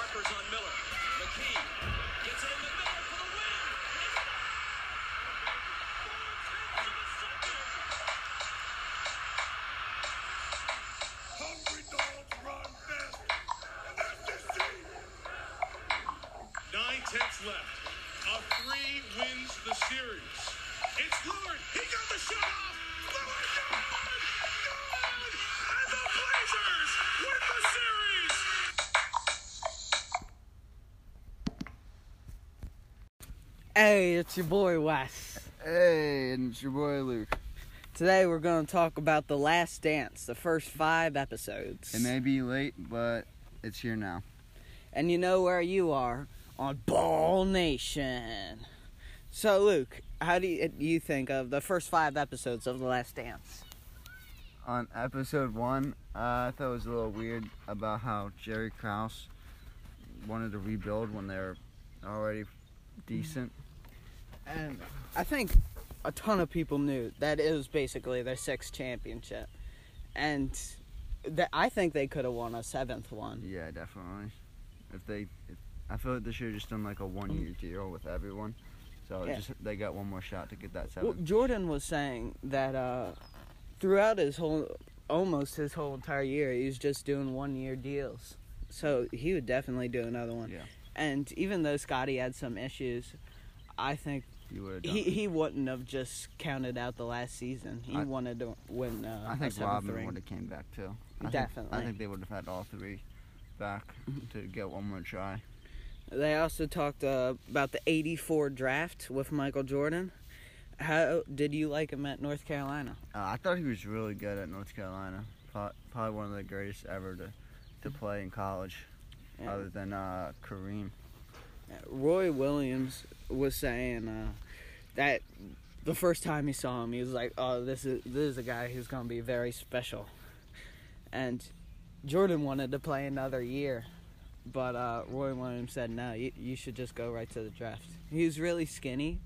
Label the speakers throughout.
Speaker 1: Miller. McKee gets it in the middle for the win.
Speaker 2: Hungry dogs run fast, and that's the sea.
Speaker 3: Nine tenths left. A three wins the series. It's Lillard. He got the shot off. Oh Lillard gone. Gone. And the Blazers win the series.
Speaker 4: Hey, it's your boy Wes.
Speaker 5: Hey, and it's your boy Luke.
Speaker 4: Today we're going to talk about The Last Dance, the first five episodes.
Speaker 5: It may be late, but it's here now.
Speaker 4: and you know where you are on Ball Nation. So, Luke, how do you, you think of the first five episodes of The Last Dance?
Speaker 5: On episode one, uh, I thought it was a little weird about how Jerry Krause wanted to rebuild when they're already decent.
Speaker 4: And I think a ton of people knew that it was basically their sixth championship, and that I think they could have won a seventh one.
Speaker 5: Yeah, definitely. If they, if, I feel like they should have just done like a one-year deal with everyone. So
Speaker 4: Mm-hmm. Yeah.
Speaker 5: just they got one more shot to get that
Speaker 4: Well,
Speaker 5: seven.
Speaker 4: Jordan was saying that uh, throughout his whole, almost his whole entire year, he was just doing one year deals. So he would definitely do another one.
Speaker 5: Yeah.
Speaker 4: And even though Scotty had some issues, I think
Speaker 5: You would have done.
Speaker 4: he,
Speaker 5: it.
Speaker 4: he wouldn't have just counted out the last season. He
Speaker 5: I-
Speaker 4: wanted to win. Uh,
Speaker 5: I
Speaker 4: a
Speaker 5: think
Speaker 4: seventh
Speaker 5: Robin
Speaker 4: ring.
Speaker 5: would have came back too. I think- I
Speaker 4: Definitely. Mm-hmm.
Speaker 5: think they would have had all three back to get one more try.
Speaker 4: They also talked uh, about the '84 draft with Michael Jordan. How did you like him at North Carolina?
Speaker 5: Uh, I thought he was really good at North Carolina. Pro- Probably one of the greatest ever to, to play in college,
Speaker 4: Yeah.
Speaker 5: other than uh, Kareem.
Speaker 4: Roy Williams was saying uh, that the first time he saw him, he was like, "Oh, this is this is a guy who's gonna be very special." And Jordan wanted to play another year, but uh, Roy Williams said, "No, you, you should just go right to the draft." He was really skinny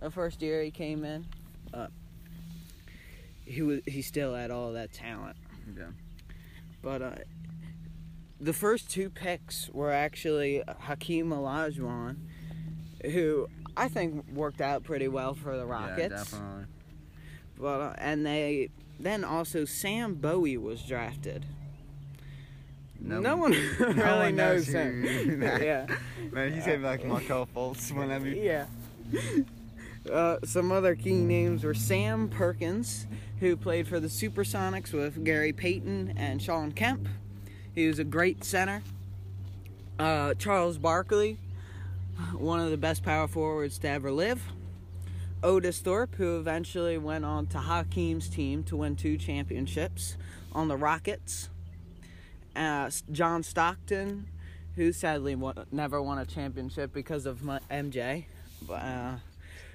Speaker 4: the first year he came in. Uh, he was he still had all that talent.
Speaker 5: Yeah.
Speaker 4: But uh, the first two picks were actually Hakeem Olajuwon, who I think worked out pretty well for the Rockets.
Speaker 5: Yeah, definitely.
Speaker 4: But uh, and they then also Sam Bowie was drafted. No, one, really
Speaker 5: one
Speaker 4: knows
Speaker 5: knows
Speaker 4: him.
Speaker 5: who-
Speaker 4: yeah,
Speaker 5: Man, he's gonna be like Markel Fultz whenever. he-
Speaker 4: yeah. Uh, some other key names were Sam Perkins, who played for the Supersonics with Gary Payton and Sean Kemp. He was a great center. Uh, Charles Barkley, one of the best power forwards to ever live. Otis Thorpe, who eventually went on to Hakeem's team to win two championships on the Rockets. Uh, S- John Stockton, who sadly won, never won a championship because of my, MJ, but, uh,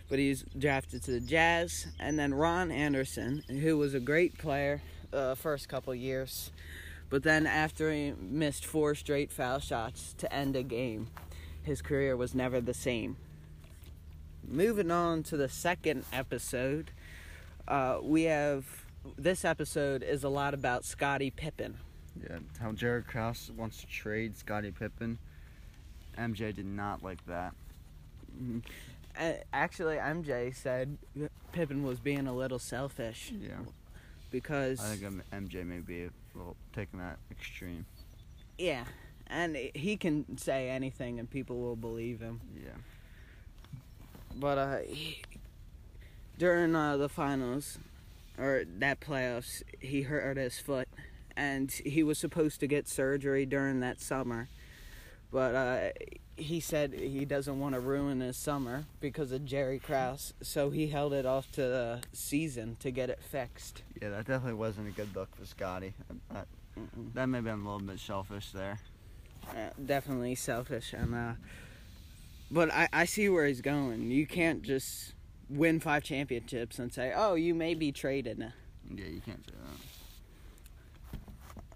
Speaker 4: but he was drafted to the Jazz. And then Ron Anderson, who was a great player uh, first couple years, but then after he missed four straight foul shots to end a game, his career was never the same. Moving on to the second episode, uh, we have this episode is a lot about Scottie Pippen.
Speaker 5: Yeah, how Jared Krause wants to trade Scottie Pippen. MJ did not like that.
Speaker 4: Uh, actually, MJ said Pippen was being a little selfish
Speaker 5: Yeah,
Speaker 4: because
Speaker 5: I think M- MJ may be a little taking that extreme.
Speaker 4: yeah, and he can say anything and people will believe him.
Speaker 5: Yeah,
Speaker 4: But uh, he- during uh, the finals or that playoffs, he hurt his foot, and he was supposed to get surgery during that summer. But uh, he said he doesn't want to ruin his summer because of Jerry Krause, so he held it off to the season to get it fixed.
Speaker 5: yeah, that definitely wasn't a good look for Scotty. That, that may have been a little bit selfish there.
Speaker 4: Uh, definitely selfish, and uh, but I, I see where he's going. You can't just win five championships and say, "Oh, you may be traded."
Speaker 5: Yeah, you can't say that.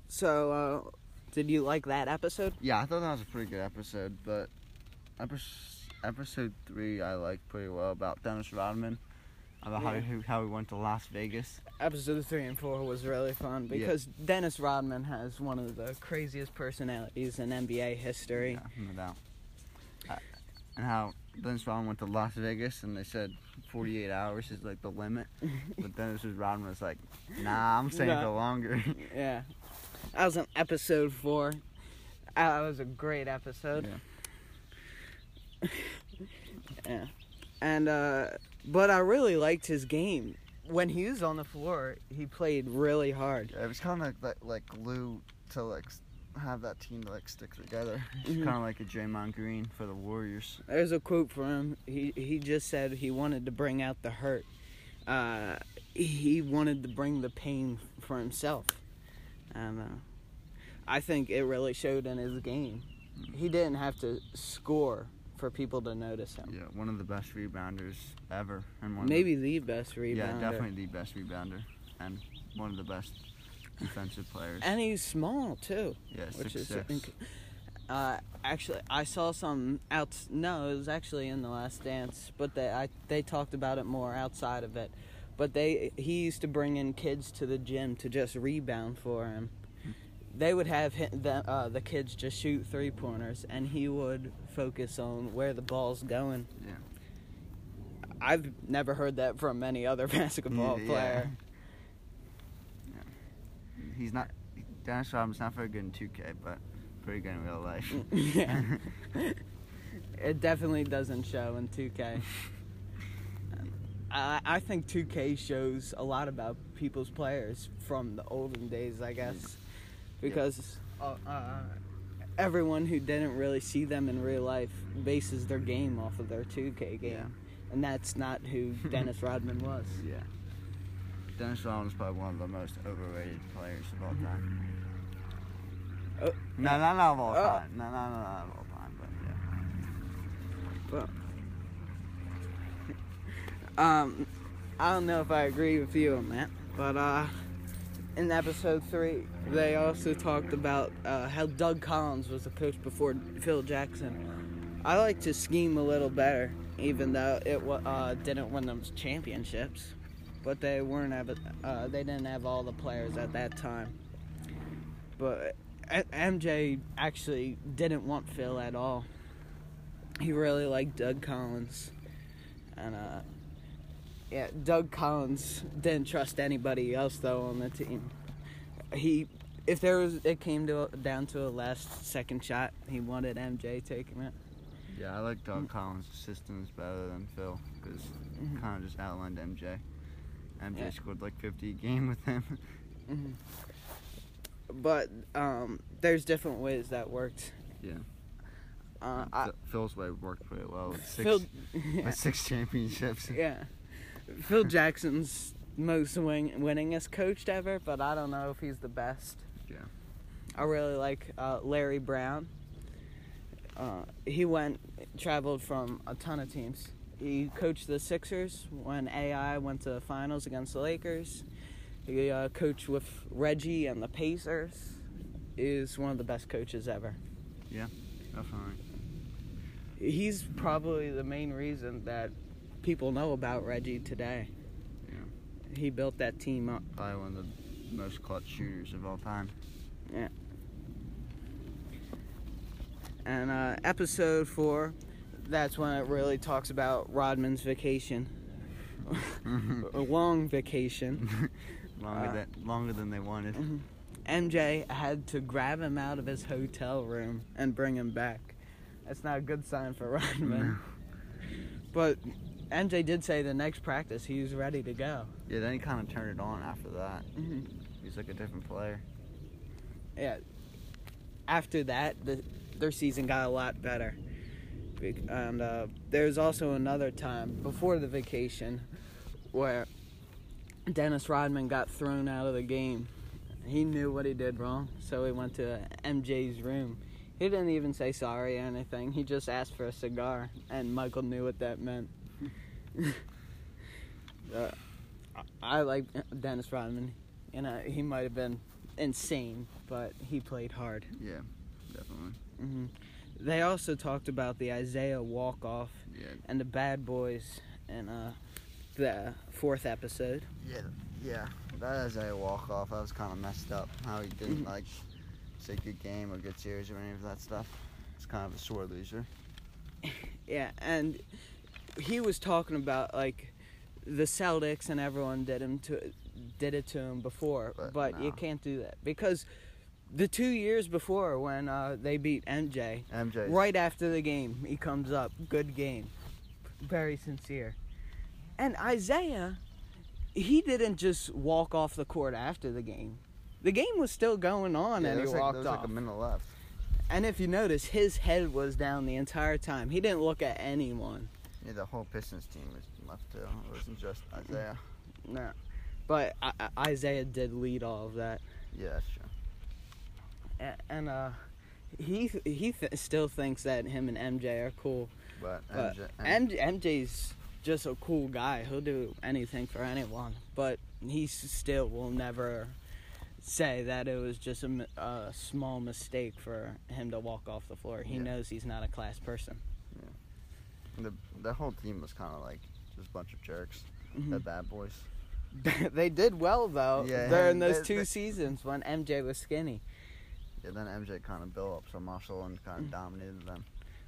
Speaker 4: So, uh, did you like that episode?
Speaker 5: Yeah, I thought that was a pretty good episode, but epis- episode three I liked pretty well about Dennis Rodman about
Speaker 4: Yeah.
Speaker 5: how, how we went to Las Vegas.
Speaker 4: Episode three and four was really fun
Speaker 5: Yeah.
Speaker 4: because Dennis Rodman has one of the craziest personalities in NBA history.
Speaker 5: Yeah, no doubt. Uh, and how Dennis Rodman went to Las Vegas and they said 48 hours is like the limit. but Dennis Rodman was like, nah, I'm saying
Speaker 4: Nah.
Speaker 5: go longer.
Speaker 4: Yeah. That was an episode four. Uh, That was a great episode. Yeah. And uh but I really liked his game. When he was on the floor, he played really hard.
Speaker 5: Yeah, it was kind of like, like like glue to like s- have that team to like stick together. It's
Speaker 4: Mhm.
Speaker 5: kind of like a Draymond Green for the Warriors.
Speaker 4: There's a quote from him. He he just said he wanted to bring out the hurt. Uh he wanted to bring the pain for himself. And uh, I think it really showed in his game. He didn't have to score for people to notice him.
Speaker 5: Yeah, one of the best rebounders ever, and one
Speaker 4: Maybe the best
Speaker 5: of the,
Speaker 4: rebounder.
Speaker 5: yeah, definitely the best rebounder, and one of the best defensive players.
Speaker 4: And he's small too,
Speaker 5: yeah,
Speaker 4: which
Speaker 5: six,
Speaker 4: is
Speaker 5: six.
Speaker 4: inc- uh, actually I saw some out. No, it was actually in the Last Dance, but they I, they talked about it more outside of it. But they he used to bring in kids to the gym to just rebound for him.
Speaker 5: Hmm.
Speaker 4: They would have hi the, uh, the kids just shoot three pointers, and he would focus on where the ball's going.
Speaker 5: Yeah.
Speaker 4: I've never heard that from any other basketball
Speaker 5: Yeah, yeah.
Speaker 4: player.
Speaker 5: He's not Dennis Rodman's not very good in 2K, but pretty good in real life.
Speaker 4: yeah. it definitely doesn't show in 2K. I, I think 2K shows a lot about people's players from the olden days, I guess, because uh, uh, everyone who didn't really see them in real life bases their game off of their 2K game,
Speaker 5: Yeah.
Speaker 4: and that's not who Dennis Rodman was.
Speaker 5: yeah. Dennis Rodman's probably one of the most overrated players of all time.
Speaker 4: Oh.
Speaker 5: no, not, not of all
Speaker 4: Oh.
Speaker 5: time. No, no, no, not of all time, but yeah.
Speaker 4: Um, I don't know if I agree with you on that, but uh, in episode three, they also talked about uh, how Doug Collins was the coach before Phil Jackson. I like to scheme a little better, even though it wa- uh, didn't win them championships, but they weren't have uh, they didn't have all the players at that time. But uh, MJ actually didn't want Phil at all. He really liked Doug Collins, and uh, yeah, Doug Collins didn't trust anybody else though on the team. He, if there was, it came to down to a last second shot. He wanted MJ taking it.
Speaker 5: Yeah, I like
Speaker 4: Mm.
Speaker 5: Doug Collins' systems better than Phil because kind of just outlined MJ. MJ
Speaker 4: Mm-hmm. Yeah.
Speaker 5: scored like 50 a game with him.
Speaker 4: But um, there's different ways that worked.
Speaker 5: Yeah.
Speaker 4: Uh, I,
Speaker 5: Phil- Phil's way worked pretty well with six,
Speaker 4: Phil,
Speaker 5: with six championships.
Speaker 4: yeah, Phil Jackson's most wing, winningest coach ever, but I don't know if he's the best.
Speaker 5: Yeah.
Speaker 4: I really like uh, Larry Brown. Uh, he went, traveled from a ton of teams. He coached the Sixers when AI went to the finals against the Lakers. He uh, coached with Reggie and the Pacers. Is one of the best coaches ever.
Speaker 5: Definitely.
Speaker 4: He's probably the main reason that people know about Reggie today.
Speaker 5: Yeah.
Speaker 4: He built that team up.
Speaker 5: Probably one of the most clutch shooters of all time.
Speaker 4: And uh, episode four, that's when it really talks about Rodman's vacation. a long vacation.
Speaker 5: longer
Speaker 4: Uh,
Speaker 5: than longer than they wanted.
Speaker 4: MJ had to grab him out of his hotel room and bring him back. That's not a good sign for Rodman. but MJ did say the next practice he was ready to go.
Speaker 5: Yeah, then he kind of turned it on after that.
Speaker 4: Mhm.
Speaker 5: He's like a different player.
Speaker 4: Yeah. After that, the, their season got a lot better. Be- And uh, there's also another time before the vacation where Dennis Rodman got thrown out of the game. He knew what he did wrong, so he went to MJ's room. He didn't even say sorry or anything. He just asked for a cigar, and Michael knew what that meant. uh, I- I like Dennis Rodman. You know, he might have been insane, but he played hard.
Speaker 5: Yeah, definitely.
Speaker 4: hmm They also talked about the Isaiah walk off
Speaker 5: Yeah,
Speaker 4: and the Bad Boys and uh, the fourth episode.
Speaker 5: Yeah, yeah. That is a walk off. That was kind of messed up. How he didn't like say good game or good series or any of that stuff. It's kind of a sore loser.
Speaker 4: Yeah, and he was talking about like the Celtics and everyone did him to did it to him before, but,
Speaker 5: But
Speaker 4: you
Speaker 5: no.
Speaker 4: can't do that because the two years before when uh, they beat MJ,
Speaker 5: MJ.
Speaker 4: right after the game, he comes up, good game, very sincere, and Isaiah, he didn't just walk off the court after the game. The game was still going on,
Speaker 5: Yeah,
Speaker 4: and
Speaker 5: there
Speaker 4: he
Speaker 5: was, like,
Speaker 4: walked
Speaker 5: there was
Speaker 4: off.
Speaker 5: like a minute left.
Speaker 4: And if you notice, his head was down the entire time. He didn't look at anyone.
Speaker 5: Yeah, the whole Pistons team was left too. It wasn't just Isaiah.
Speaker 4: No. But I- I- Isaiah did lead all of that.
Speaker 5: Yeah, that's true.
Speaker 4: A- And uh, he he th- still thinks that him and MJ are cool.
Speaker 5: But,
Speaker 4: But
Speaker 5: MJ,
Speaker 4: M- MJ's just a cool guy. He'll do anything for anyone. But he s- still will never say that it was just a, m- a small mistake for him to walk off the floor. He
Speaker 5: Yeah.
Speaker 4: knows he's not a class person.
Speaker 5: the the whole team was kind of like just a bunch of jerks.
Speaker 4: Mm-hmm.
Speaker 5: The bad boys.
Speaker 4: they did well though
Speaker 5: Yeah,
Speaker 4: during those
Speaker 5: they-
Speaker 4: two
Speaker 5: they-
Speaker 4: seasons when MJ was skinny.
Speaker 5: Yeah, then MJ kind of built up some muscle and kind of
Speaker 4: Mm.
Speaker 5: dominated them.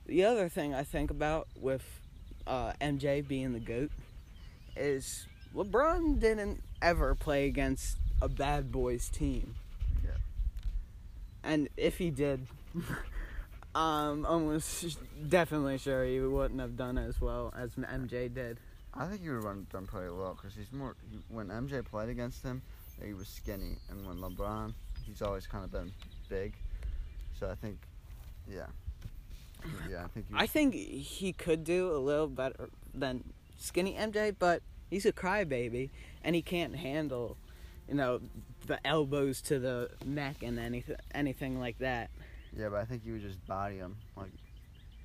Speaker 4: The other thing I think about with uh, MJ being the goat is LeBron didn't ever play against a bad boys team.
Speaker 5: Yeah.
Speaker 4: And if he did, um, I'm almost s- definitely sure he wouldn't have done as well as MJ did.
Speaker 5: I think he would run done pretty well because he's more. He, when MJ played against him, he was skinny, and when LeBron, he's always kind of been big. So I think, yeah, yeah, I think. He
Speaker 4: I think he could do a little better than skinny MJ, but he's a crybaby and he can't handle, you know, the elbows to the neck and anything anything like that.
Speaker 5: yeah, but I think he would just body him like.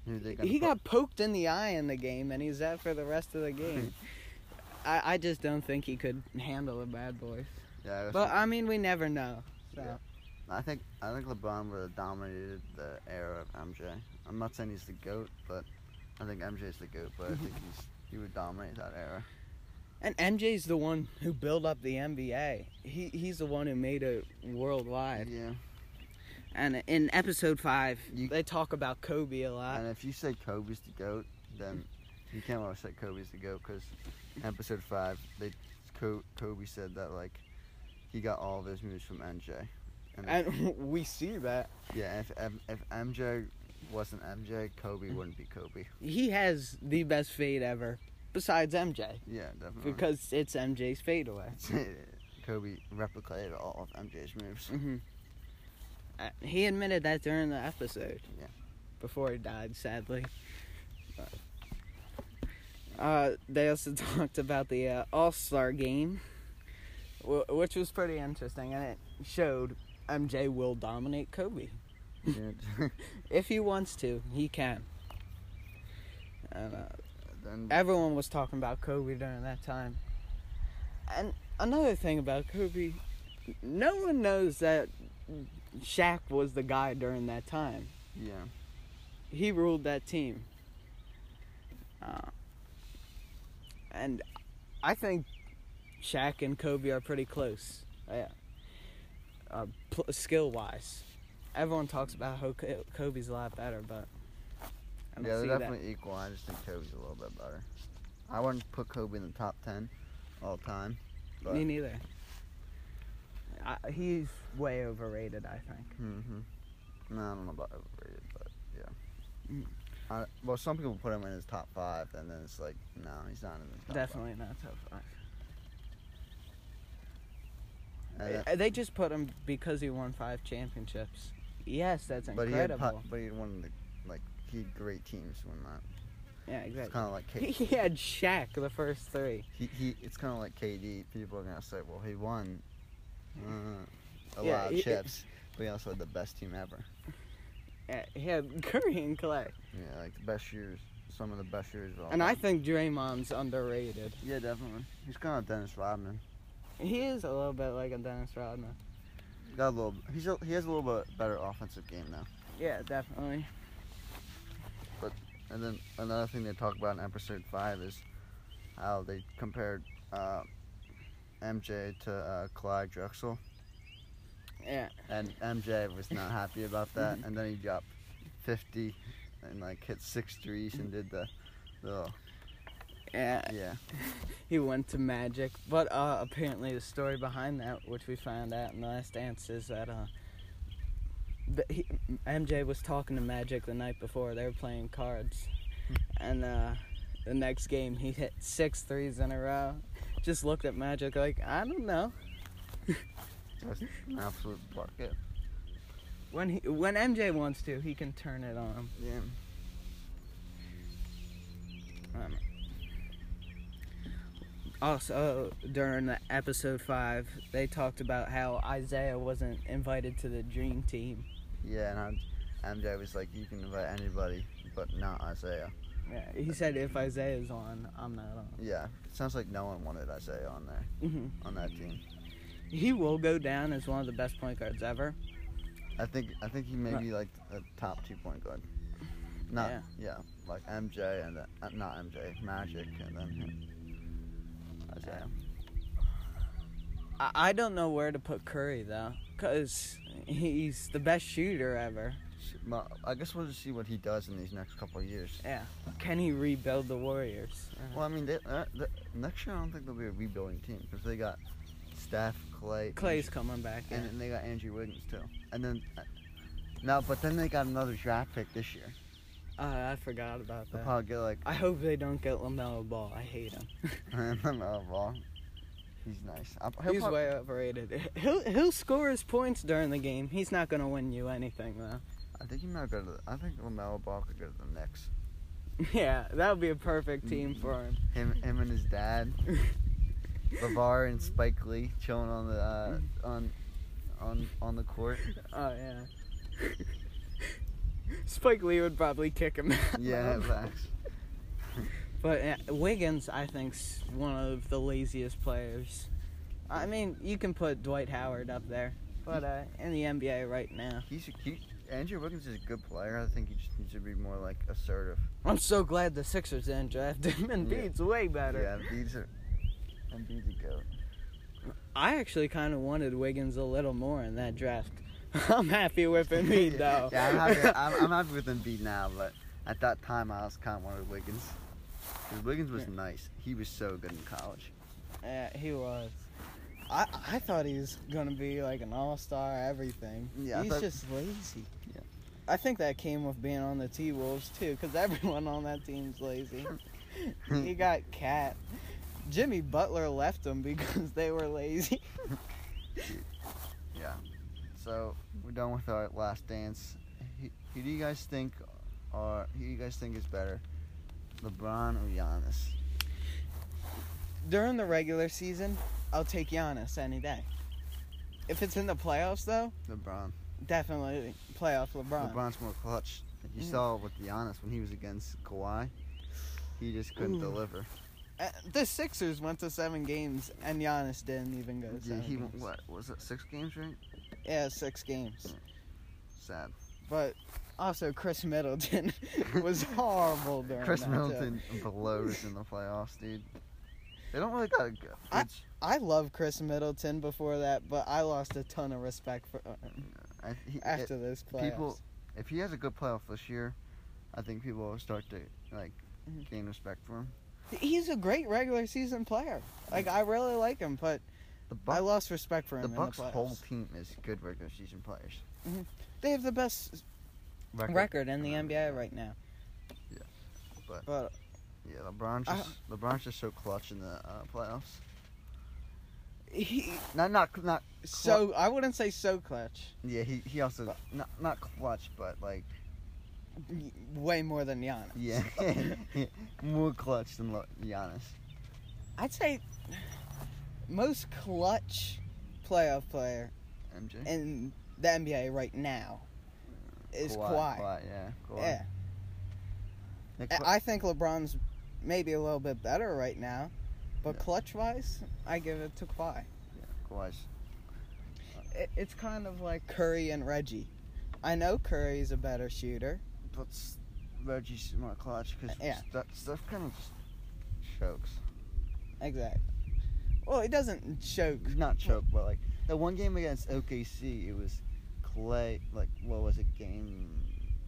Speaker 5: who they gonna
Speaker 4: He
Speaker 5: put-
Speaker 4: got poked in the eye in the game and he's out for the rest of the game. I, I just don't think he could handle the bad boys.
Speaker 5: Yeah, I, guess-
Speaker 4: But I mean, we never know. So.
Speaker 5: Yeah. I think I think LeBron would have dominated the era of MJ. I'm not saying he's the goat, but I think MJ's the goat. But I think he's he would dominate that era.
Speaker 4: And MJ's the one who built up the NBA. He he's the one who made it worldwide.
Speaker 5: Yeah.
Speaker 4: And in episode five,
Speaker 5: You-
Speaker 4: they talk about Kobe a lot.
Speaker 5: And if you say Kobe's the goat, then you can't always say Kobe's the goat because episode five, they Co- Kobe said that like he got all of his moves from MJ. And, if-
Speaker 4: And we see that.
Speaker 5: yeah, if, if if MJ wasn't MJ, Kobe wouldn't be Kobe.
Speaker 4: He has the best fade ever, besides MJ,
Speaker 5: Yeah, definitely.
Speaker 4: because it's MJ's fadeaway.
Speaker 5: Kobe replicated all of MJ's moves.
Speaker 4: Mm-hmm. Uh, He admitted that during the episode.
Speaker 5: Yeah.
Speaker 4: Before he died, sadly. But, Uh, they also talked about the uh, All Star game, wh- which was pretty interesting, and it showed MJ will dominate Kobe.
Speaker 5: Yeah.
Speaker 4: If he wants to, he can. And, uh,
Speaker 5: then
Speaker 4: everyone was talking about Kobe during that time. And another thing about Kobe, no one knows that Shaq was the guy during that time.
Speaker 5: yeah,
Speaker 4: He ruled that team. Uh, and I think Shaq and Kobe are pretty close. Yeah. Uh, pl- skill wise, everyone talks about how Ko- Kobe's a lot better, but I don't
Speaker 5: yeah,
Speaker 4: see that.
Speaker 5: they're definitely equal. I just think Kobe's a little bit better. I wouldn't put Kobe in the top ten all time. But,
Speaker 4: Me neither. I, he's way overrated, I think.
Speaker 5: Mm-hmm. No, I don't know about overrated, but yeah.
Speaker 4: Mm.
Speaker 5: I, well, some people put him in his top five, and then it's like, no, he's not in the top
Speaker 4: Definitely not top five.
Speaker 5: five. And then-
Speaker 4: Uh, They just put him because he won five championships. Yes, that's
Speaker 5: but he had,
Speaker 4: incredible.
Speaker 5: po- but he had one of the like he had great teams when that.
Speaker 4: yeah,
Speaker 5: It's
Speaker 4: exactly.
Speaker 5: kind of like K-
Speaker 4: He had Shaq the first three.
Speaker 5: he, he It's kind of like KD. People are gonna say, well, he won uh, a
Speaker 4: Yeah,
Speaker 5: lot
Speaker 4: he-
Speaker 5: of chips, but he also had the best team ever.
Speaker 4: Uh, He had Curry and Clay.
Speaker 5: Yeah, like the best years, some of the best years. Of all
Speaker 4: And I
Speaker 5: time.
Speaker 4: think Draymond's underrated.
Speaker 5: yeah, definitely. He's kind of Dennis Rodman.
Speaker 4: He is a little bit like a Dennis Rodman.
Speaker 5: Got a little. He's a, he has a little bit better offensive game though.
Speaker 4: Yeah, definitely.
Speaker 5: And then another thing they talk about in episode five is how they compared uh, MJ to uh, Clyde Drexel,
Speaker 4: Yeah.
Speaker 5: and MJ was not happy about that. And then he dropped 50 and like hit six threes and did the, the
Speaker 4: Yeah.
Speaker 5: yeah.
Speaker 4: He went to magic. But uh, apparently, the story behind that, which we found out in the last dance, is that uh, th- he, MJ was talking to Magic the night before. They were playing cards. and uh, the next game, he hit six threes in a row. Just looked at Magic like, I don't know.
Speaker 5: That's an absolute bucket.
Speaker 4: When he, when MJ wants to, he can turn it on. him.
Speaker 5: Yeah.
Speaker 4: Um, also, during the episode five, they talked about how Isaiah wasn't invited to the dream team.
Speaker 5: Yeah, and I'm, MJ was like, you can invite anybody, but not Isaiah.
Speaker 4: Yeah, he said if Isaiah's on, I'm not on.
Speaker 5: Yeah, sounds like no one wanted Isaiah on there
Speaker 4: hmm
Speaker 5: on that team.
Speaker 4: He will go down as one of the best point guards ever.
Speaker 5: I think I think he may
Speaker 4: Right.
Speaker 5: be like a top two point guard. Not yeah,
Speaker 4: Yeah.
Speaker 5: like MJ and then, uh, not MJ, Magic and then him. Isaiah.
Speaker 4: I, I don't know where to put Curry though, cause he's the best shooter ever.
Speaker 5: Sh- well, I guess we'll just see what he does in these next couple of years.
Speaker 4: Yeah, can he rebuild the Warriors? Uh,
Speaker 5: Well, I mean, they, uh, the, next year I don't think they'll be a rebuilding team because they got Steph, Clay,
Speaker 4: Clay's coming back.
Speaker 5: and
Speaker 4: yeah.
Speaker 5: then they got Andrew Wiggins too. And then uh, no, but then they got another draft pick this year.
Speaker 4: Uh, I forgot about
Speaker 5: They'll
Speaker 4: that.
Speaker 5: probably get like
Speaker 4: I hope they don't get Lamelo Ball. I hate him.
Speaker 5: LaMelo Ball. He's nice. I, he'll
Speaker 4: He's
Speaker 5: prob-
Speaker 4: way overrated. He'll he'll score his points during the game. He's not gonna win you anything though.
Speaker 5: I think he might go to. The, I think Lamelo Ball could go to the Knicks.
Speaker 4: yeah, that would be a perfect
Speaker 5: Mm-hmm.
Speaker 4: team for him.
Speaker 5: Him, him and his dad, LeVar and Spike Lee, chilling on the uh, on on on the court.
Speaker 4: Oh yeah. Spike Lee would probably kick him. out.
Speaker 5: Yeah, facts.
Speaker 4: But uh, Wiggins, I think's one of the laziest players. I mean, you can put Dwight Howard up there, but uh, in the NBA right now,
Speaker 5: He's a cute. Andrew Wiggins is a good player. I think he just needs to be more like assertive.
Speaker 4: I'm so glad the Sixers didn't draft him. And
Speaker 5: Yeah.
Speaker 4: Bede's way better.
Speaker 5: Yeah, Embiid's a Embiid's a goat.
Speaker 4: I actually kind of wanted Wiggins a little more in that draft. I'm happy with Embiid though.
Speaker 5: yeah, I'm happy, I'm, I'm happy with Embiid now, but at that time I was kind of wanted Wiggins. 'Cause Wiggins was nice. He was so good in college.
Speaker 4: Yeah, he was. I I thought he was gonna be like an all star, everything.
Speaker 5: Yeah, I
Speaker 4: he's
Speaker 5: thought-
Speaker 4: just lazy.
Speaker 5: Yeah.
Speaker 4: I think that came with being on the T Wolves too, because everyone on that team's lazy. you got Cat. Jimmy Butler left them because they were lazy.
Speaker 5: Yeah. So we're done with our last dance. Who, who do you guys think are who do you guys think is better, LeBron or Giannis?
Speaker 4: During the regular season, I'll take Giannis any day. If it's in the playoffs though,
Speaker 5: LeBron.
Speaker 4: definitely playoff LeBron.
Speaker 5: LeBron's more clutch. You
Speaker 4: Yeah.
Speaker 5: saw with Giannis when he was against Kawhi. He just couldn't
Speaker 4: Ooh.
Speaker 5: deliver.
Speaker 4: Uh, the Sixers went to seven games, and Giannis didn't even go. to
Speaker 5: Yeah,
Speaker 4: Seven
Speaker 5: he went
Speaker 4: games.
Speaker 5: what was it six games right?
Speaker 4: Yeah, six games.
Speaker 5: Sad.
Speaker 4: But also, Chris Middleton was horrible during
Speaker 5: Chris
Speaker 4: that, too.
Speaker 5: Middleton blows in the playoffs, dude. They don't really got a good.
Speaker 4: I-
Speaker 5: I,
Speaker 4: I love Chris Middleton before that, but I lost a ton of respect for him
Speaker 5: I, he, it-
Speaker 4: after this playoffs.
Speaker 5: people, if he has a good playoff this year, I think people will start to like
Speaker 4: Mhm.
Speaker 5: gain respect for him.
Speaker 4: He's a great regular season player. Like I really like him, but
Speaker 5: The
Speaker 4: I
Speaker 5: Bucks,
Speaker 4: lost respect for him
Speaker 5: the
Speaker 4: in
Speaker 5: Bucks
Speaker 4: the playoffs.
Speaker 5: whole team is good regular season players.
Speaker 4: They have the best record in the NBA right now.
Speaker 5: Yeah, but-
Speaker 4: but
Speaker 5: Yeah, LeBron's
Speaker 4: I-
Speaker 5: just LeBron's just so clutch in the uh, playoffs.
Speaker 4: he
Speaker 5: Not not not.
Speaker 4: so I wouldn't say so clutch.
Speaker 5: Yeah, he he also not not clutch, but like
Speaker 4: way more than Giannis.
Speaker 5: yeah, more clutch than Le- Giannis.
Speaker 4: I'd say most clutch playoff player
Speaker 5: MJ.
Speaker 4: in the NBA right now is Kawhi.
Speaker 5: yeah. Kawhi.
Speaker 4: Yeah.
Speaker 5: Nick
Speaker 4: I-
Speaker 5: Cla-
Speaker 4: I think LeBron's maybe a little bit better right now, but
Speaker 5: Yeah.
Speaker 4: clutch wise, I give it to Kawhi.
Speaker 5: Kawhi's
Speaker 4: It, it's kind of like Curry and Reggie. I know Curry's a better shooter.
Speaker 5: but s- Reggie's more clutch because
Speaker 4: Uh, Yeah.
Speaker 5: Steph, Steph kind of just chokes.
Speaker 4: Exactly. Well, he doesn't choke.
Speaker 5: Not choke, but like the one game against OKC, it was Clay. Like what was it, game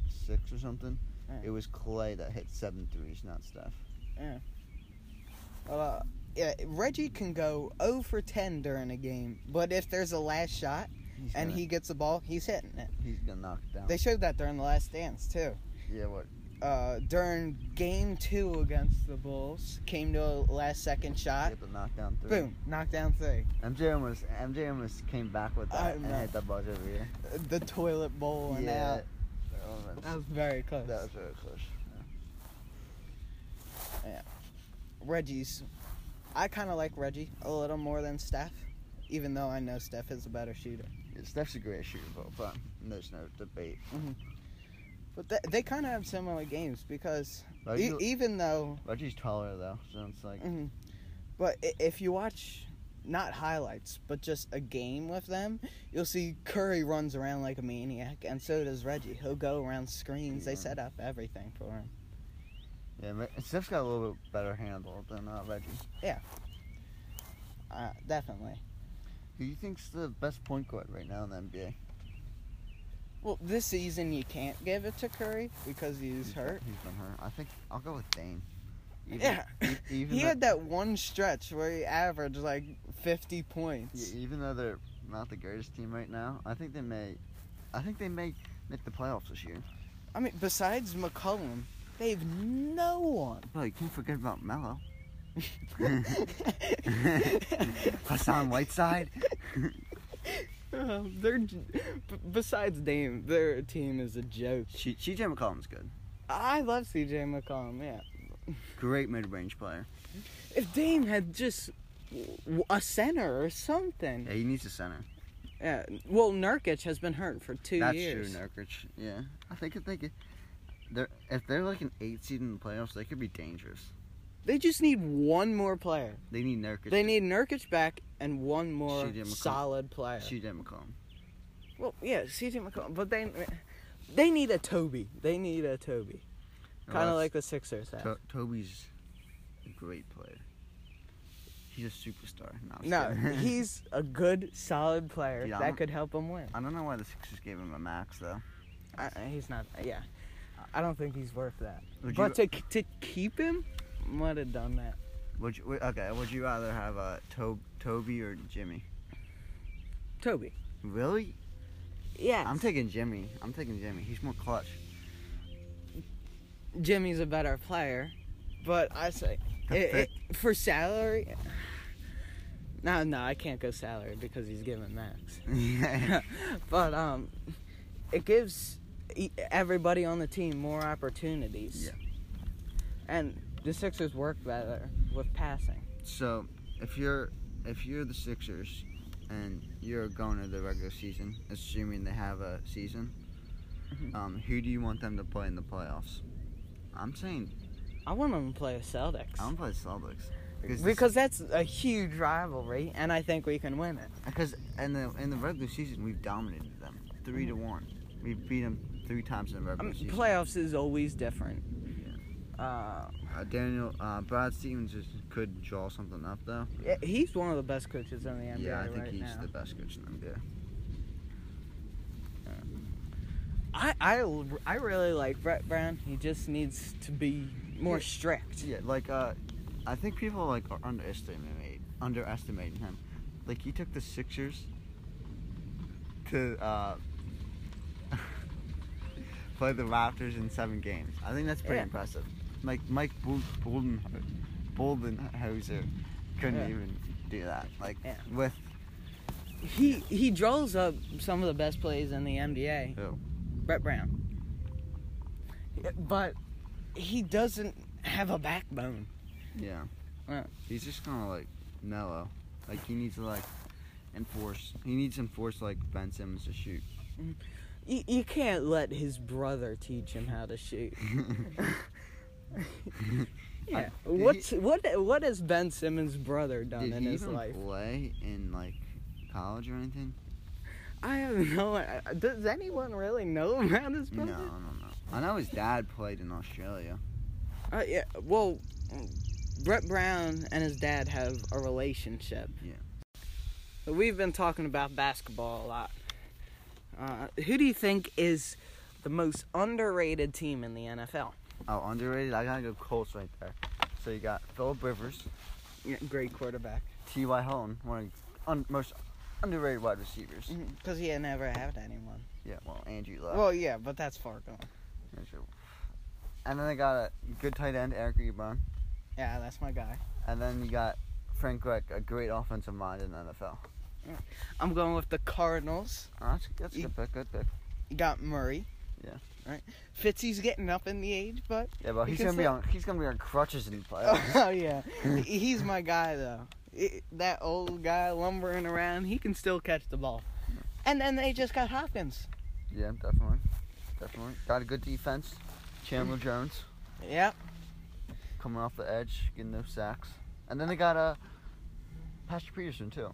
Speaker 5: six or something?
Speaker 4: Yeah.
Speaker 5: It was Clay that hit seven threes, not Steph.
Speaker 4: Well, uh, yeah, Reggie can go 0 for 10 during a game, but if there's a last shot
Speaker 5: He's
Speaker 4: and
Speaker 5: gonna-
Speaker 4: he gets the ball, he's hitting it.
Speaker 5: he's gonna knock it down.
Speaker 4: They showed that during the last dance, too.
Speaker 5: yeah, what?
Speaker 4: Uh, during game two against the Bulls, came to a last second shot.
Speaker 5: Get the knockdown three.
Speaker 4: Boom, knockdown three.
Speaker 5: MJ almost MJ almost came back with
Speaker 4: I
Speaker 5: that and
Speaker 4: know.
Speaker 5: hit that buzzer here.
Speaker 4: Uh, The toilet bowl and out.
Speaker 5: That was-
Speaker 4: That was very close.
Speaker 5: That was very close.
Speaker 4: Reggie's. I kind of like Reggie a little more than Steph, even though I know Steph is a better shooter.
Speaker 5: Yeah, Steph's a great shooter, but but there's no debate.
Speaker 4: But th- they kind of have similar games because e-
Speaker 5: Reggie,
Speaker 4: even though,
Speaker 5: Reggie's taller though, so it's like
Speaker 4: mhm. but i- if you watch not highlights but just a game with them, you'll see Curry runs around like a maniac, and so does Reggie. He'll go around screens. They
Speaker 5: Yeah.
Speaker 4: set up everything for him.
Speaker 5: yeah. Re- Steph's got a little bit better handle than uh, Reggie.
Speaker 4: Uh, definitely.
Speaker 5: Who do you think's the best point guard right now in the NBA?
Speaker 4: Well, this season you can't give it to Curry because he's hurt.
Speaker 5: He's been hurt. I think I'll go with Dane. Even,
Speaker 4: Yeah.
Speaker 5: e- even
Speaker 4: he
Speaker 5: though,
Speaker 4: had that one stretch where he averaged like 50 points.
Speaker 5: yeah, even though they're not the greatest team right now, I think they may. I think they may make the playoffs this year.
Speaker 4: I mean, besides McCollum, they have no one.
Speaker 5: Well, you can't forget about Melo. Hassan
Speaker 4: Hassan
Speaker 5: Whiteside.
Speaker 4: Um, they're j- b- besides Dame, their team is a joke.
Speaker 5: C- CJ McCollum's good.
Speaker 4: I love CJ McCollum. Yeah,
Speaker 5: Great mid-range player.
Speaker 4: if Dame had just w- a center or
Speaker 5: Yeah,
Speaker 4: something.
Speaker 5: he needs a center.
Speaker 4: Yeah. Well, Nurkic has been hurt for two
Speaker 5: That's
Speaker 4: years.
Speaker 5: true, Nurkic. Yeah, I think if they get, they're if they're like an eight seed in the playoffs, they could be dangerous.
Speaker 4: They just need one more player.
Speaker 5: They need Nurkic.
Speaker 4: They need Nurkic back and one more
Speaker 5: CJ McCollum.
Speaker 4: solid player.
Speaker 5: CJ McCollum.
Speaker 4: Well, yeah, CJ McCollum, but they they need a Toby. They need a Toby. Kind of like the Sixers have.
Speaker 5: Oh, To- Toby's a great player. He's a superstar. No, I'm
Speaker 4: no,
Speaker 5: just kidding.
Speaker 4: he's a good, solid player
Speaker 5: Yeah, I'm-
Speaker 4: that could help him win.
Speaker 5: I don't know why the Sixers gave him a max though.
Speaker 4: I, he's not. Yeah, I don't think he's worth that.
Speaker 5: Would
Speaker 4: but to to keep him, might have done that.
Speaker 5: Would you, w- okay, would you rather have uh, to- Toby or Jimmy?
Speaker 4: Toby.
Speaker 5: Really?
Speaker 4: Yeah.
Speaker 5: I'm taking Jimmy. I'm taking Jimmy. He's more clutch.
Speaker 4: Jimmy's a better player, but I say it,
Speaker 5: pick.
Speaker 4: it- for salary. No, no, I can't go salary because he's given max.
Speaker 5: yeah.
Speaker 4: but um, it gives e- everybody on the team more opportunities.
Speaker 5: Yeah.
Speaker 4: And the Sixers work better with passing.
Speaker 5: So, if you're if you're the Sixers and you're going to the regular season, assuming they have a season,
Speaker 4: Mhm.
Speaker 5: um, who do you want them to play in the playoffs? I'm saying
Speaker 4: I want them to play the Celtics
Speaker 5: I'm playing Celtics the-
Speaker 4: because that's a huge rivalry, and I think we can win it.
Speaker 5: Because in the in the regular season, we've dominated them three to
Speaker 4: Mm-hmm.
Speaker 5: one. We beat them three times in the
Speaker 4: I
Speaker 5: regular
Speaker 4: mean,
Speaker 5: season.
Speaker 4: playoffs is always different. Uh,
Speaker 5: Uh, Daniel uh, Brad Stevens is, could draw something up though.
Speaker 4: yeah, he's one of the best coaches in the NBA
Speaker 5: yeah, I think
Speaker 4: right
Speaker 5: he's
Speaker 4: now.
Speaker 5: the best coach in the NBA.
Speaker 4: I, I, I really like Brett Brown. He just needs to be more
Speaker 5: Yeah.
Speaker 4: strict.
Speaker 5: Yeah, like uh, I think people like are underestimating underestimating him. Like he took the Sixers to uh, play the Raptors in seven games. I think that's pretty
Speaker 4: Yeah.
Speaker 5: impressive. Like Mike Bul- Bolden Boldenhauser couldn't
Speaker 4: Yeah.
Speaker 5: even do that. Like
Speaker 4: Yeah.
Speaker 5: with
Speaker 4: He he draws up some of the best plays in the NBA.
Speaker 5: Who?
Speaker 4: Brett Brown. But he doesn't have a backbone.
Speaker 5: yeah, Uh,
Speaker 4: Yeah.
Speaker 5: he's just kind of like mellow. Like he needs to like enforce. He needs to enforce like Ben Simmons to shoot.
Speaker 4: You, you can't let his brother teach him how to shoot. Yeah. What's what what has Ben Simmons' brother done
Speaker 5: Did
Speaker 4: in
Speaker 5: he
Speaker 4: his
Speaker 5: even
Speaker 4: life?
Speaker 5: play in like college or anything?
Speaker 4: I have no. Does anyone really know about his
Speaker 5: No, I
Speaker 4: brother?
Speaker 5: don't know. I know his dad played in Australia.
Speaker 4: Uh, yeah. Well, mm, Brett Brown and his dad have a relationship.
Speaker 5: Yeah.
Speaker 4: But we've been talking about basketball a lot. Uh, who do you think is the most underrated team in the NFL?
Speaker 5: Oh, underrated. I gotta go Colts right there. So you got Philip Rivers,
Speaker 4: Yeah, great quarterback.
Speaker 5: T.Y. Hilton, one of the un- most underrated wide receivers.
Speaker 4: Because Mm-hmm. he never had anyone.
Speaker 5: Yeah, well, Andrew Luck.
Speaker 4: Well, yeah, but that's far gone.
Speaker 5: That's your- And then they got a good tight end, Eric Ebron.
Speaker 4: Yeah, that's my guy.
Speaker 5: And then you got Frank Reich, a great offensive mind in the NFL.
Speaker 4: I'm going with the Cardinals.
Speaker 5: Oh, that's, that's a good pick, good pick.
Speaker 4: You got Murray.
Speaker 5: Yeah.
Speaker 4: Right. Fitzy's getting up in the age, but
Speaker 5: Yeah, but
Speaker 4: You
Speaker 5: he's
Speaker 4: can
Speaker 5: gonna be
Speaker 4: say-
Speaker 5: on he's gonna be on crutches in the playoffs.
Speaker 4: oh yeah, he's my guy though. It- that old guy lumbering around, he can still catch the ball. And then they just got Hopkins.
Speaker 5: yeah, definitely, definitely. Got a good defense. Chandler Jones
Speaker 4: Yeah.
Speaker 5: coming off the edge, getting those sacks. And then they got uh, Patrick Peterson too.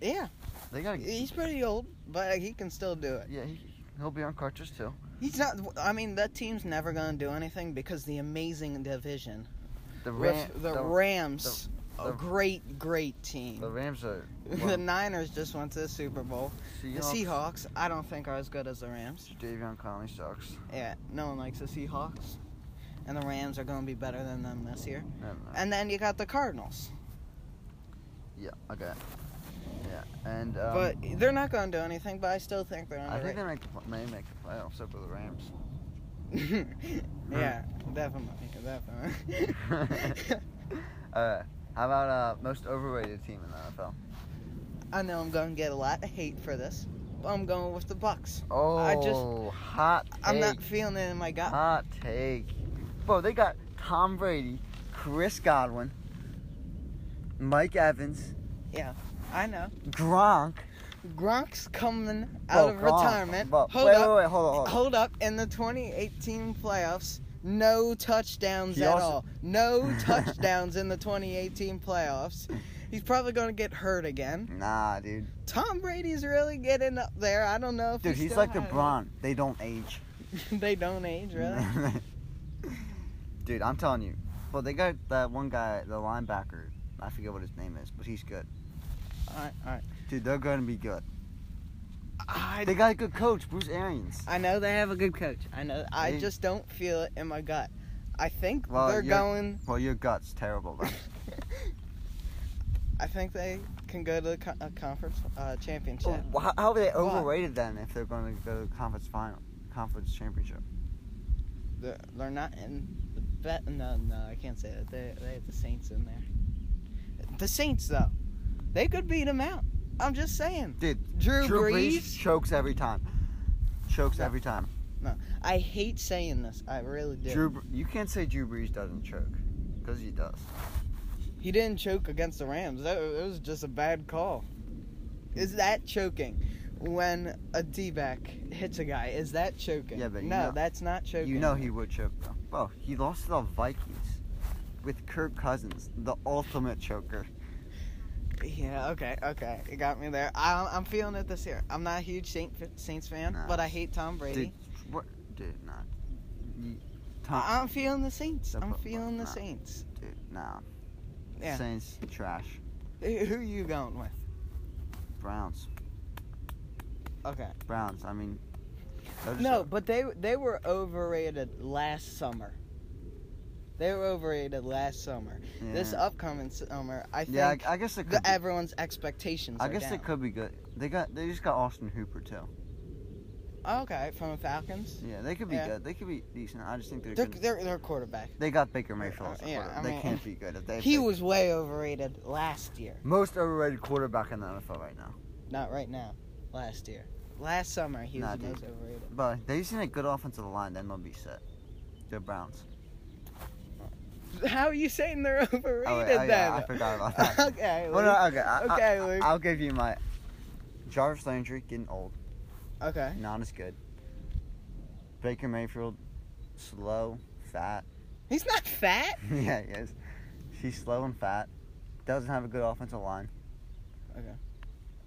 Speaker 4: Yeah.
Speaker 5: They got a,
Speaker 4: He's pretty old, but he can still do it.
Speaker 5: yeah, he, he'll be on crutches too.
Speaker 4: He's not. I mean, that team's never gonna do anything because the amazing division.
Speaker 5: The,
Speaker 4: With
Speaker 5: Ram,
Speaker 4: the, Rams,
Speaker 5: the-
Speaker 4: a
Speaker 5: the-
Speaker 4: great, great team.
Speaker 5: the Rams are
Speaker 4: the
Speaker 5: well,
Speaker 4: Niners just went to the Super Bowl. The Seahawks, I don't think are as good as the Rams.
Speaker 5: Davion Conley sucks.
Speaker 4: Yeah, no one likes the Seahawks. And the Rams are going to be better than them this year.
Speaker 5: I don't know.
Speaker 4: And then you got the Cardinals.
Speaker 5: Yeah. Okay. Yeah. And um,
Speaker 4: but they're not going to do anything, but I still think they're
Speaker 5: I think
Speaker 4: underrated.
Speaker 5: they make the, pl- may make the playoffs over the Rams.
Speaker 4: yeah, definitely. Definitely.
Speaker 5: Uh, how about uh most overrated team in the NFL?
Speaker 4: I know I'm going to get a lot of hate for this. But I'm going with the Bucks.
Speaker 5: Oh,
Speaker 4: I just-
Speaker 5: hot take.
Speaker 4: I'm not feeling it in my gut.
Speaker 5: hot take. Bro, they got Tom Brady, Chris Godwin, Mike Evans,
Speaker 4: I know.
Speaker 5: Gronk.
Speaker 4: Gronk's coming
Speaker 5: Bro,
Speaker 4: out of
Speaker 5: Gronk.
Speaker 4: retirement.
Speaker 5: Bro,
Speaker 4: Hold
Speaker 5: wait,
Speaker 4: up.
Speaker 5: wait, wait, hold on, hold on.
Speaker 4: Hold up, in the 2018 playoffs, no touchdowns
Speaker 5: He
Speaker 4: at
Speaker 5: also-
Speaker 4: all. No touchdowns in the 2018 playoffs. He's probably going to get hurt again.
Speaker 5: Nah, dude.
Speaker 4: Tom Brady's really getting up there. I don't know if
Speaker 5: Dude,
Speaker 4: he
Speaker 5: he's
Speaker 4: still
Speaker 5: like
Speaker 4: has it.
Speaker 5: LeBron. They don't age.
Speaker 4: they don't age, really.
Speaker 5: dude, I'm telling you. Well, they got that one guy, the linebacker. I forget what his name is, but he's good.
Speaker 4: all right, all right.
Speaker 5: Dude, they're gonna be good.
Speaker 4: I,
Speaker 5: They got a good coach, Bruce Arians.
Speaker 4: I know they have a good coach. I know. I
Speaker 5: They-
Speaker 4: just don't feel it in my gut. I think
Speaker 5: Well,
Speaker 4: they're
Speaker 5: you're-
Speaker 4: going.
Speaker 5: Well, your gut's terrible. Though.
Speaker 4: I think they can go to the co- uh, conference uh, championship.
Speaker 5: Well, How, how are they
Speaker 4: Why?
Speaker 5: overrated then if they're going to go to the conference final, conference championship?
Speaker 4: They're, they're not in the bet. No, no, I can't say that. They they have the Saints in there. The Saints though, they could beat them out. I'm just saying.
Speaker 5: Dude,
Speaker 4: Drew, Brees.
Speaker 5: chokes every time. Chokes
Speaker 4: Yeah.
Speaker 5: every time.
Speaker 4: I hate saying this. I really do.
Speaker 5: Drew, Br- you can't say Drew Brees doesn't choke because he does.
Speaker 4: He didn't choke against the Rams. That it was just a bad call. Is that choking? When a D back hits a guy, is that choking?
Speaker 5: Yeah, but you
Speaker 4: no,
Speaker 5: know-
Speaker 4: that's not choking.
Speaker 5: You know he would choke though. Bro, he lost to the Vikings with Kirk Cousins, the ultimate choker.
Speaker 4: Yeah. Okay. Okay. You got me there. I'm, I'm feeling it this year. I'm not a huge Saint, Saints fan,
Speaker 5: Nah.
Speaker 4: but I hate Tom Brady.
Speaker 5: Dude, what? Dude, nah. You- Tom,
Speaker 4: I- I'm feeling the Saints.
Speaker 5: No,
Speaker 4: I'm
Speaker 5: but- but
Speaker 4: feeling the
Speaker 5: not.
Speaker 4: Saints.
Speaker 5: dude, nah.
Speaker 4: Uh-uh. Yeah.
Speaker 5: Saints trash.
Speaker 4: Who who you going with?
Speaker 5: Browns,
Speaker 4: Okay.
Speaker 5: Browns. I mean, they're just-
Speaker 4: No, but they they were overrated last summer. They were overrated last summer. This
Speaker 5: yeah.
Speaker 4: upcoming summer, I think
Speaker 5: Yeah, I, I guess it could.
Speaker 4: the,
Speaker 5: be-
Speaker 4: everyone's expectations.
Speaker 5: I
Speaker 4: are
Speaker 5: guess
Speaker 4: down.
Speaker 5: they could be good. They got they just got Austin Hooper too.
Speaker 4: Okay, from the Falcons.
Speaker 5: Yeah, they could be
Speaker 4: Yeah.
Speaker 5: good. They could be decent. I just think they're,
Speaker 4: They're,
Speaker 5: good.
Speaker 4: they're, they're quarterback.
Speaker 5: they got Baker Mayfield. as a
Speaker 4: yeah,
Speaker 5: quarterback.
Speaker 4: I
Speaker 5: they
Speaker 4: mean,
Speaker 5: can't be good. If they
Speaker 4: He
Speaker 5: they-
Speaker 4: was way overrated last year.
Speaker 5: most overrated quarterback in the NFL right now.
Speaker 4: Not right now. Last year. Last summer, he was
Speaker 5: Nah,
Speaker 4: the
Speaker 5: dude.
Speaker 4: most overrated.
Speaker 5: But they just need a good offensive line, then they'll be set. They're Browns.
Speaker 4: How are you saying they're overrated
Speaker 5: Oh, wait, oh,
Speaker 4: then?
Speaker 5: yeah, I forgot about that.
Speaker 4: okay.
Speaker 5: Well,
Speaker 4: Luke.
Speaker 5: no, okay, I,
Speaker 4: Okay,
Speaker 5: I,
Speaker 4: Luke.
Speaker 5: will give you my Jarvis Landry getting old,
Speaker 4: Okay.
Speaker 5: not as good. Baker Mayfield, slow, fat.
Speaker 4: He's not fat.
Speaker 5: yeah, he is. She's slow and fat. Doesn't have a good offensive line.
Speaker 4: Okay.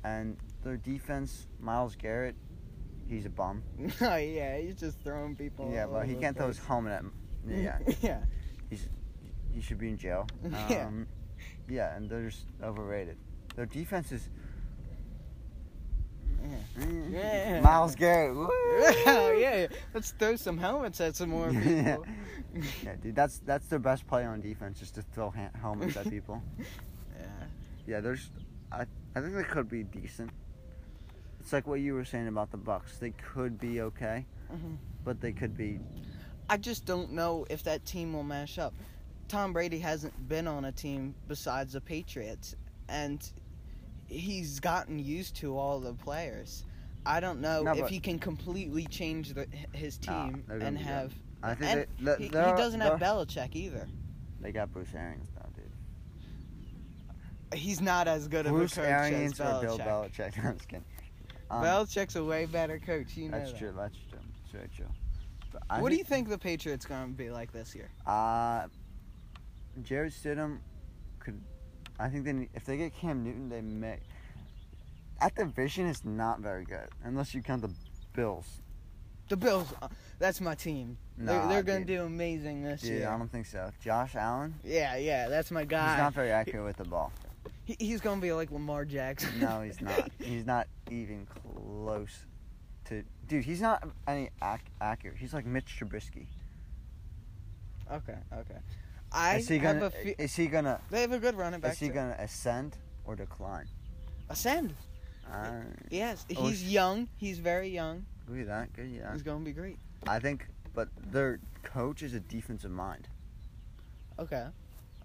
Speaker 5: And their defense, Miles Garrett, he's a bum.
Speaker 4: No, yeah, he's just throwing people.
Speaker 5: yeah,
Speaker 4: all
Speaker 5: but he
Speaker 4: over
Speaker 5: can't
Speaker 4: the
Speaker 5: throw his helmet at. Yeah,
Speaker 4: place. yeah.
Speaker 5: he's he should be in jail.
Speaker 4: Yeah.
Speaker 5: Um, yeah, and they're just overrated. Their defense is. Mm.
Speaker 4: Yeah.
Speaker 5: Miles Garrett. woo!
Speaker 4: yeah, yeah. Let's throw some helmets at some more
Speaker 5: Yeah.
Speaker 4: people.
Speaker 5: Yeah, dude, that's that's their best play on defense, just to throw ha- helmets at people.
Speaker 4: yeah.
Speaker 5: Yeah, there's. I I think they could be decent. It's like what you were saying about the Bucks. They could be okay,
Speaker 4: Mhm.
Speaker 5: but they could be.
Speaker 4: I just don't know if that team will mash up. Tom Brady hasn't been on a team besides the Patriots, and he's gotten used to all the players. I don't know
Speaker 5: No,
Speaker 4: if
Speaker 5: but-
Speaker 4: he can completely change the, his
Speaker 5: Nah,
Speaker 4: team
Speaker 5: they're gonna
Speaker 4: and
Speaker 5: be good.
Speaker 4: have.
Speaker 5: I think
Speaker 4: and
Speaker 5: they, they,
Speaker 4: he, he
Speaker 5: they're-
Speaker 4: doesn't have
Speaker 5: they're-
Speaker 4: Belichick either.
Speaker 5: They got Bruce Arians now, dude.
Speaker 4: He's not as good
Speaker 5: Bruce
Speaker 4: of a coach as
Speaker 5: Arians or
Speaker 4: Belichick.
Speaker 5: Bill Belichick? No, I'm just kidding. Um,
Speaker 4: Belichick's a way better coach. You know
Speaker 5: that's
Speaker 4: that.
Speaker 5: true. That's true. That's very true. But I
Speaker 4: What do you think the Patriots going to be like this year?
Speaker 5: Uh, Jared Stidham could. I think they need, if they get Cam Newton, they may. At the vision is not very good unless you count the Bills.
Speaker 4: The Bills, uh, that's my team.
Speaker 5: Nah,
Speaker 4: they're they're going
Speaker 5: dude.
Speaker 4: to do amazing this
Speaker 5: Dude,
Speaker 4: year.
Speaker 5: I don't think so. Josh Allen,
Speaker 4: Yeah, yeah, that's my guy.
Speaker 5: he's not very accurate with the ball.
Speaker 4: He, he's gonna be like Lamar Jackson.
Speaker 5: No, he's not. He's not even close to. Dude, he's not any ac- accurate. He's like Mitch Trubisky.
Speaker 4: okay, okay. I
Speaker 5: Is he
Speaker 4: have
Speaker 5: gonna?
Speaker 4: a fe-
Speaker 5: is he gonna?
Speaker 4: they have a good running back.
Speaker 5: Is he
Speaker 4: too.
Speaker 5: gonna ascend or decline?
Speaker 4: ascend?
Speaker 5: Uh,
Speaker 4: Yes,
Speaker 5: Oh,
Speaker 4: he's
Speaker 5: sh-
Speaker 4: young. He's very young.
Speaker 5: look at that. Good. Yeah.
Speaker 4: He's gonna be great.
Speaker 5: I think, but their coach is a defensive mind.
Speaker 4: Okay,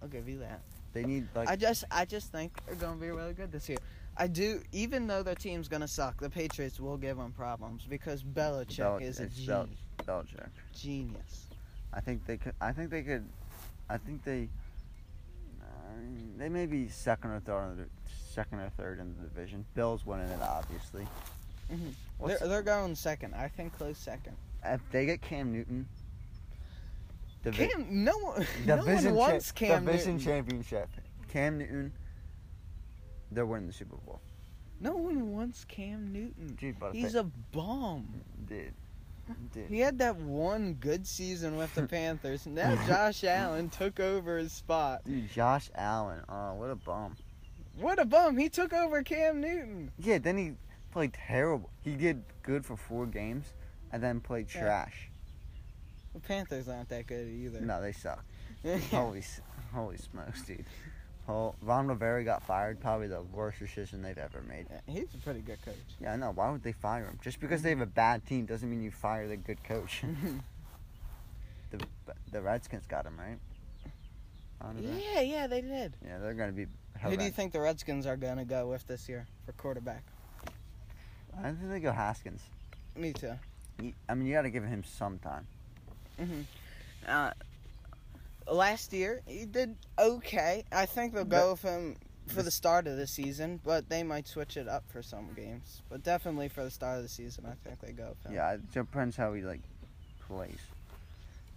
Speaker 4: I'll give you that.
Speaker 5: They need like
Speaker 4: I just, I just think they're gonna be really good this year. I do, even though their team's gonna suck, the Patriots will give them problems because Belichick
Speaker 5: Bel-
Speaker 4: is a
Speaker 5: it's
Speaker 4: gen-
Speaker 5: Bel- Belichick.
Speaker 4: genius.
Speaker 5: I think they could. I think they could. I think they. uh, They may be second or third, in the, second or third in the division. Bills winning it, obviously.
Speaker 4: Mhm. They're,
Speaker 5: What's-
Speaker 4: they're going second. I think close second.
Speaker 5: if they get Cam Newton, divi-
Speaker 4: Cam, no one, no
Speaker 5: division
Speaker 4: one
Speaker 5: cha-
Speaker 4: wants Cam
Speaker 5: division
Speaker 4: Newton.
Speaker 5: championship. Cam Newton, they're winning the Super Bowl.
Speaker 4: No one wants Cam Newton.
Speaker 5: Dude, but if
Speaker 4: He's
Speaker 5: they-
Speaker 4: a bomb.
Speaker 5: dude, dude.
Speaker 4: He had that one good season with the Panthers. and Now Josh Allen took over his spot.
Speaker 5: Dude, Josh Allen. Oh, what a bum.
Speaker 4: What a bum. He took over Cam Newton.
Speaker 5: Yeah, then he played terrible. He did good for four games, and then played
Speaker 4: Yeah.
Speaker 5: trash.
Speaker 4: The Panthers aren't that good either.
Speaker 5: No, Oh, they suck. holy, s- holy smokes, dude. Oh, Ron Rivera got fired. Probably the worst decision they've ever made.
Speaker 4: Yeah, He's a pretty good coach.
Speaker 5: Yeah, I know. Why would they fire him? Just because they have a bad team doesn't mean you fire the good coach. the the Redskins got him right. Ron Rivera?
Speaker 4: Yeah, yeah, they did.
Speaker 5: Yeah, they're gonna be.
Speaker 4: Who do you
Speaker 5: horrendous.
Speaker 4: think the Redskins are going to go with this year for quarterback?
Speaker 5: I think they go Haskins.
Speaker 4: Me too.
Speaker 5: You- I mean, you got to give him some time.
Speaker 4: Uh, last year, he did okay. I think they'll go with him for the start of the season, but they might switch it up for some games. But definitely for the start of the season, I think they go with him.
Speaker 5: Yeah, it depends how he like plays,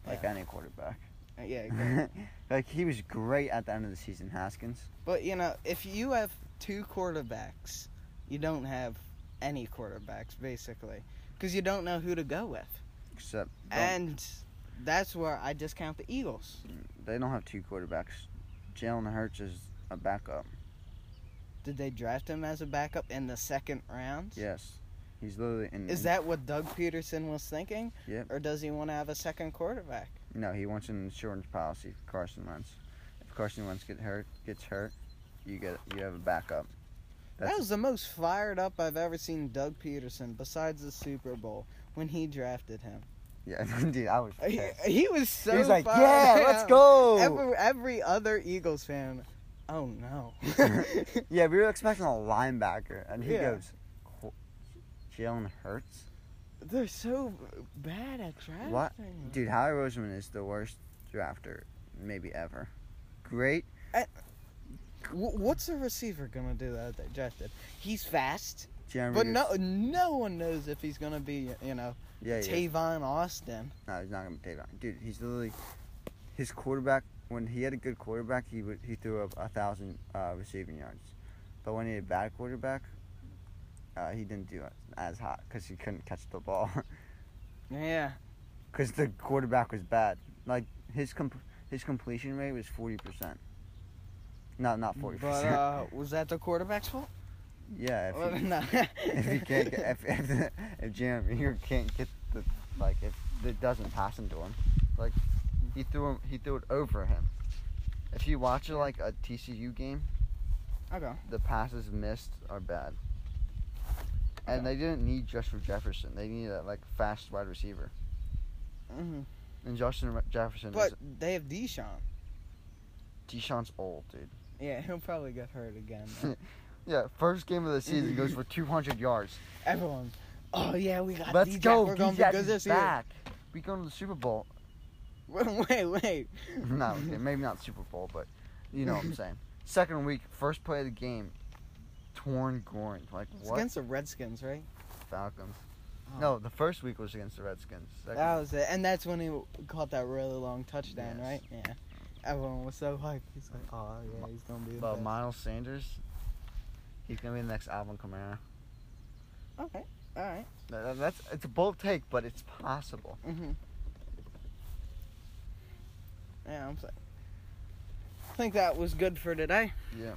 Speaker 5: like
Speaker 4: Yeah.
Speaker 5: any quarterback.
Speaker 4: Uh, Yeah, agree.
Speaker 5: like he was great at the end of the season, Haskins.
Speaker 4: But you know, if you have two quarterbacks, you don't have any quarterbacks basically, because you don't know who to go with,
Speaker 5: Except don't-
Speaker 4: and that's where I discount the Eagles.
Speaker 5: they don't have two quarterbacks. Jalen Hurts is a backup.
Speaker 4: Did they draft him as a backup in the second round?
Speaker 5: Yes, he's literally in.
Speaker 4: Is that what Doug Peterson was thinking?
Speaker 5: Yep.
Speaker 4: Or does he want to have a second quarterback?
Speaker 5: No, he wants an insurance policy for Carson Wentz. If Carson Wentz get hurt, gets hurt, you get you have a backup.
Speaker 4: that was the most fired up I've ever seen Doug Peterson besides the Super Bowl when he drafted him.
Speaker 5: yeah, dude. I was.
Speaker 4: He,
Speaker 5: pissed.
Speaker 4: he was so
Speaker 5: he was like,
Speaker 4: fired
Speaker 5: "Yeah, let's
Speaker 4: up."
Speaker 5: go."
Speaker 4: Every, every other Eagles fan, oh no.
Speaker 5: yeah, we were expecting a linebacker, and he
Speaker 4: Yeah.
Speaker 5: goes, "Qu- Jalen Hurts.
Speaker 4: They're so bad at drafting.
Speaker 5: What, dude? Howie Roseman is the worst drafter maybe ever. Great.
Speaker 4: W- what's a receiver gonna do that they drafted? He's fast,
Speaker 5: Jeremy
Speaker 4: but no, no one knows if he's gonna be, you know,
Speaker 5: yeah, yeah.
Speaker 4: Tavon Austin.
Speaker 5: No, he's not gonna be Tavon. Dude, he's literally his quarterback. When he had a good quarterback, he would he threw up a thousand uh, receiving yards. But when he had a bad quarterback, uh, he didn't do it as hot because he couldn't catch the ball
Speaker 4: Yeah,
Speaker 5: because the quarterback was bad. Like his comp- his completion rate was forty percent. No, not forty
Speaker 4: But
Speaker 5: percent.
Speaker 4: uh, was that the quarterback's fault?
Speaker 5: yeah, if
Speaker 4: Well,
Speaker 5: you,
Speaker 4: no.
Speaker 5: if you can't get, if if, the, if Jeremy Hill can't get the like if it doesn't pass him to him, like he threw him he threw it over him. If you watch it like a TCU game,
Speaker 4: Okay.
Speaker 5: the passes missed are bad. And
Speaker 4: Okay.
Speaker 5: they didn't need Justin Jefferson. They needed a like fast wide receiver.
Speaker 4: hmm
Speaker 5: And Justin Re- Jefferson
Speaker 4: But
Speaker 5: is
Speaker 4: they have Deshaun.
Speaker 5: Deshaun's old, dude.
Speaker 4: Yeah, he'll probably get hurt again.
Speaker 5: Yeah, first game of the season goes for 200 yards.
Speaker 4: Everyone. Oh yeah, we got
Speaker 5: Let's
Speaker 4: Djack.
Speaker 5: go.
Speaker 4: We're gonna be
Speaker 5: Djack
Speaker 4: good
Speaker 5: is
Speaker 4: this year.
Speaker 5: back. We going to the Super Bowl.
Speaker 4: Wait, wait, wait.
Speaker 5: no, okay, maybe not Super Bowl, but you know what I'm saying. Second week, first play of the game, torn groin. Like
Speaker 4: It's
Speaker 5: what?
Speaker 4: against the Redskins, right?
Speaker 5: Falcons.
Speaker 4: Oh.
Speaker 5: No, the first week was against the Redskins. Second
Speaker 4: That was it, and that's when he caught that really long touchdown,
Speaker 5: Yes.
Speaker 4: right? Yeah. Everyone was so hyped. He's like, oh yeah, he's gonna be. the
Speaker 5: But
Speaker 4: best."
Speaker 5: Miles Sanders, he's gonna be the next Alvin Kamara.
Speaker 4: Okay. All right.
Speaker 5: That- that- That's it's a bold take, but it's possible.
Speaker 4: Mm-hmm. Yeah, I'm sorry. I think that was good for today.
Speaker 5: Yeah.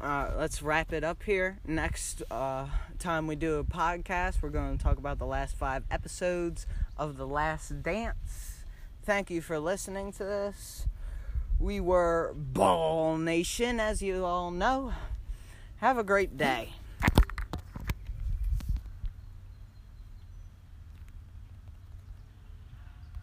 Speaker 4: Uh, let's wrap it up here. Next uh, time we do a podcast, we're going to talk about the last five episodes of The Last Dance. Thank you for listening to this. We were Ball Nation, as you all know. Have a great day.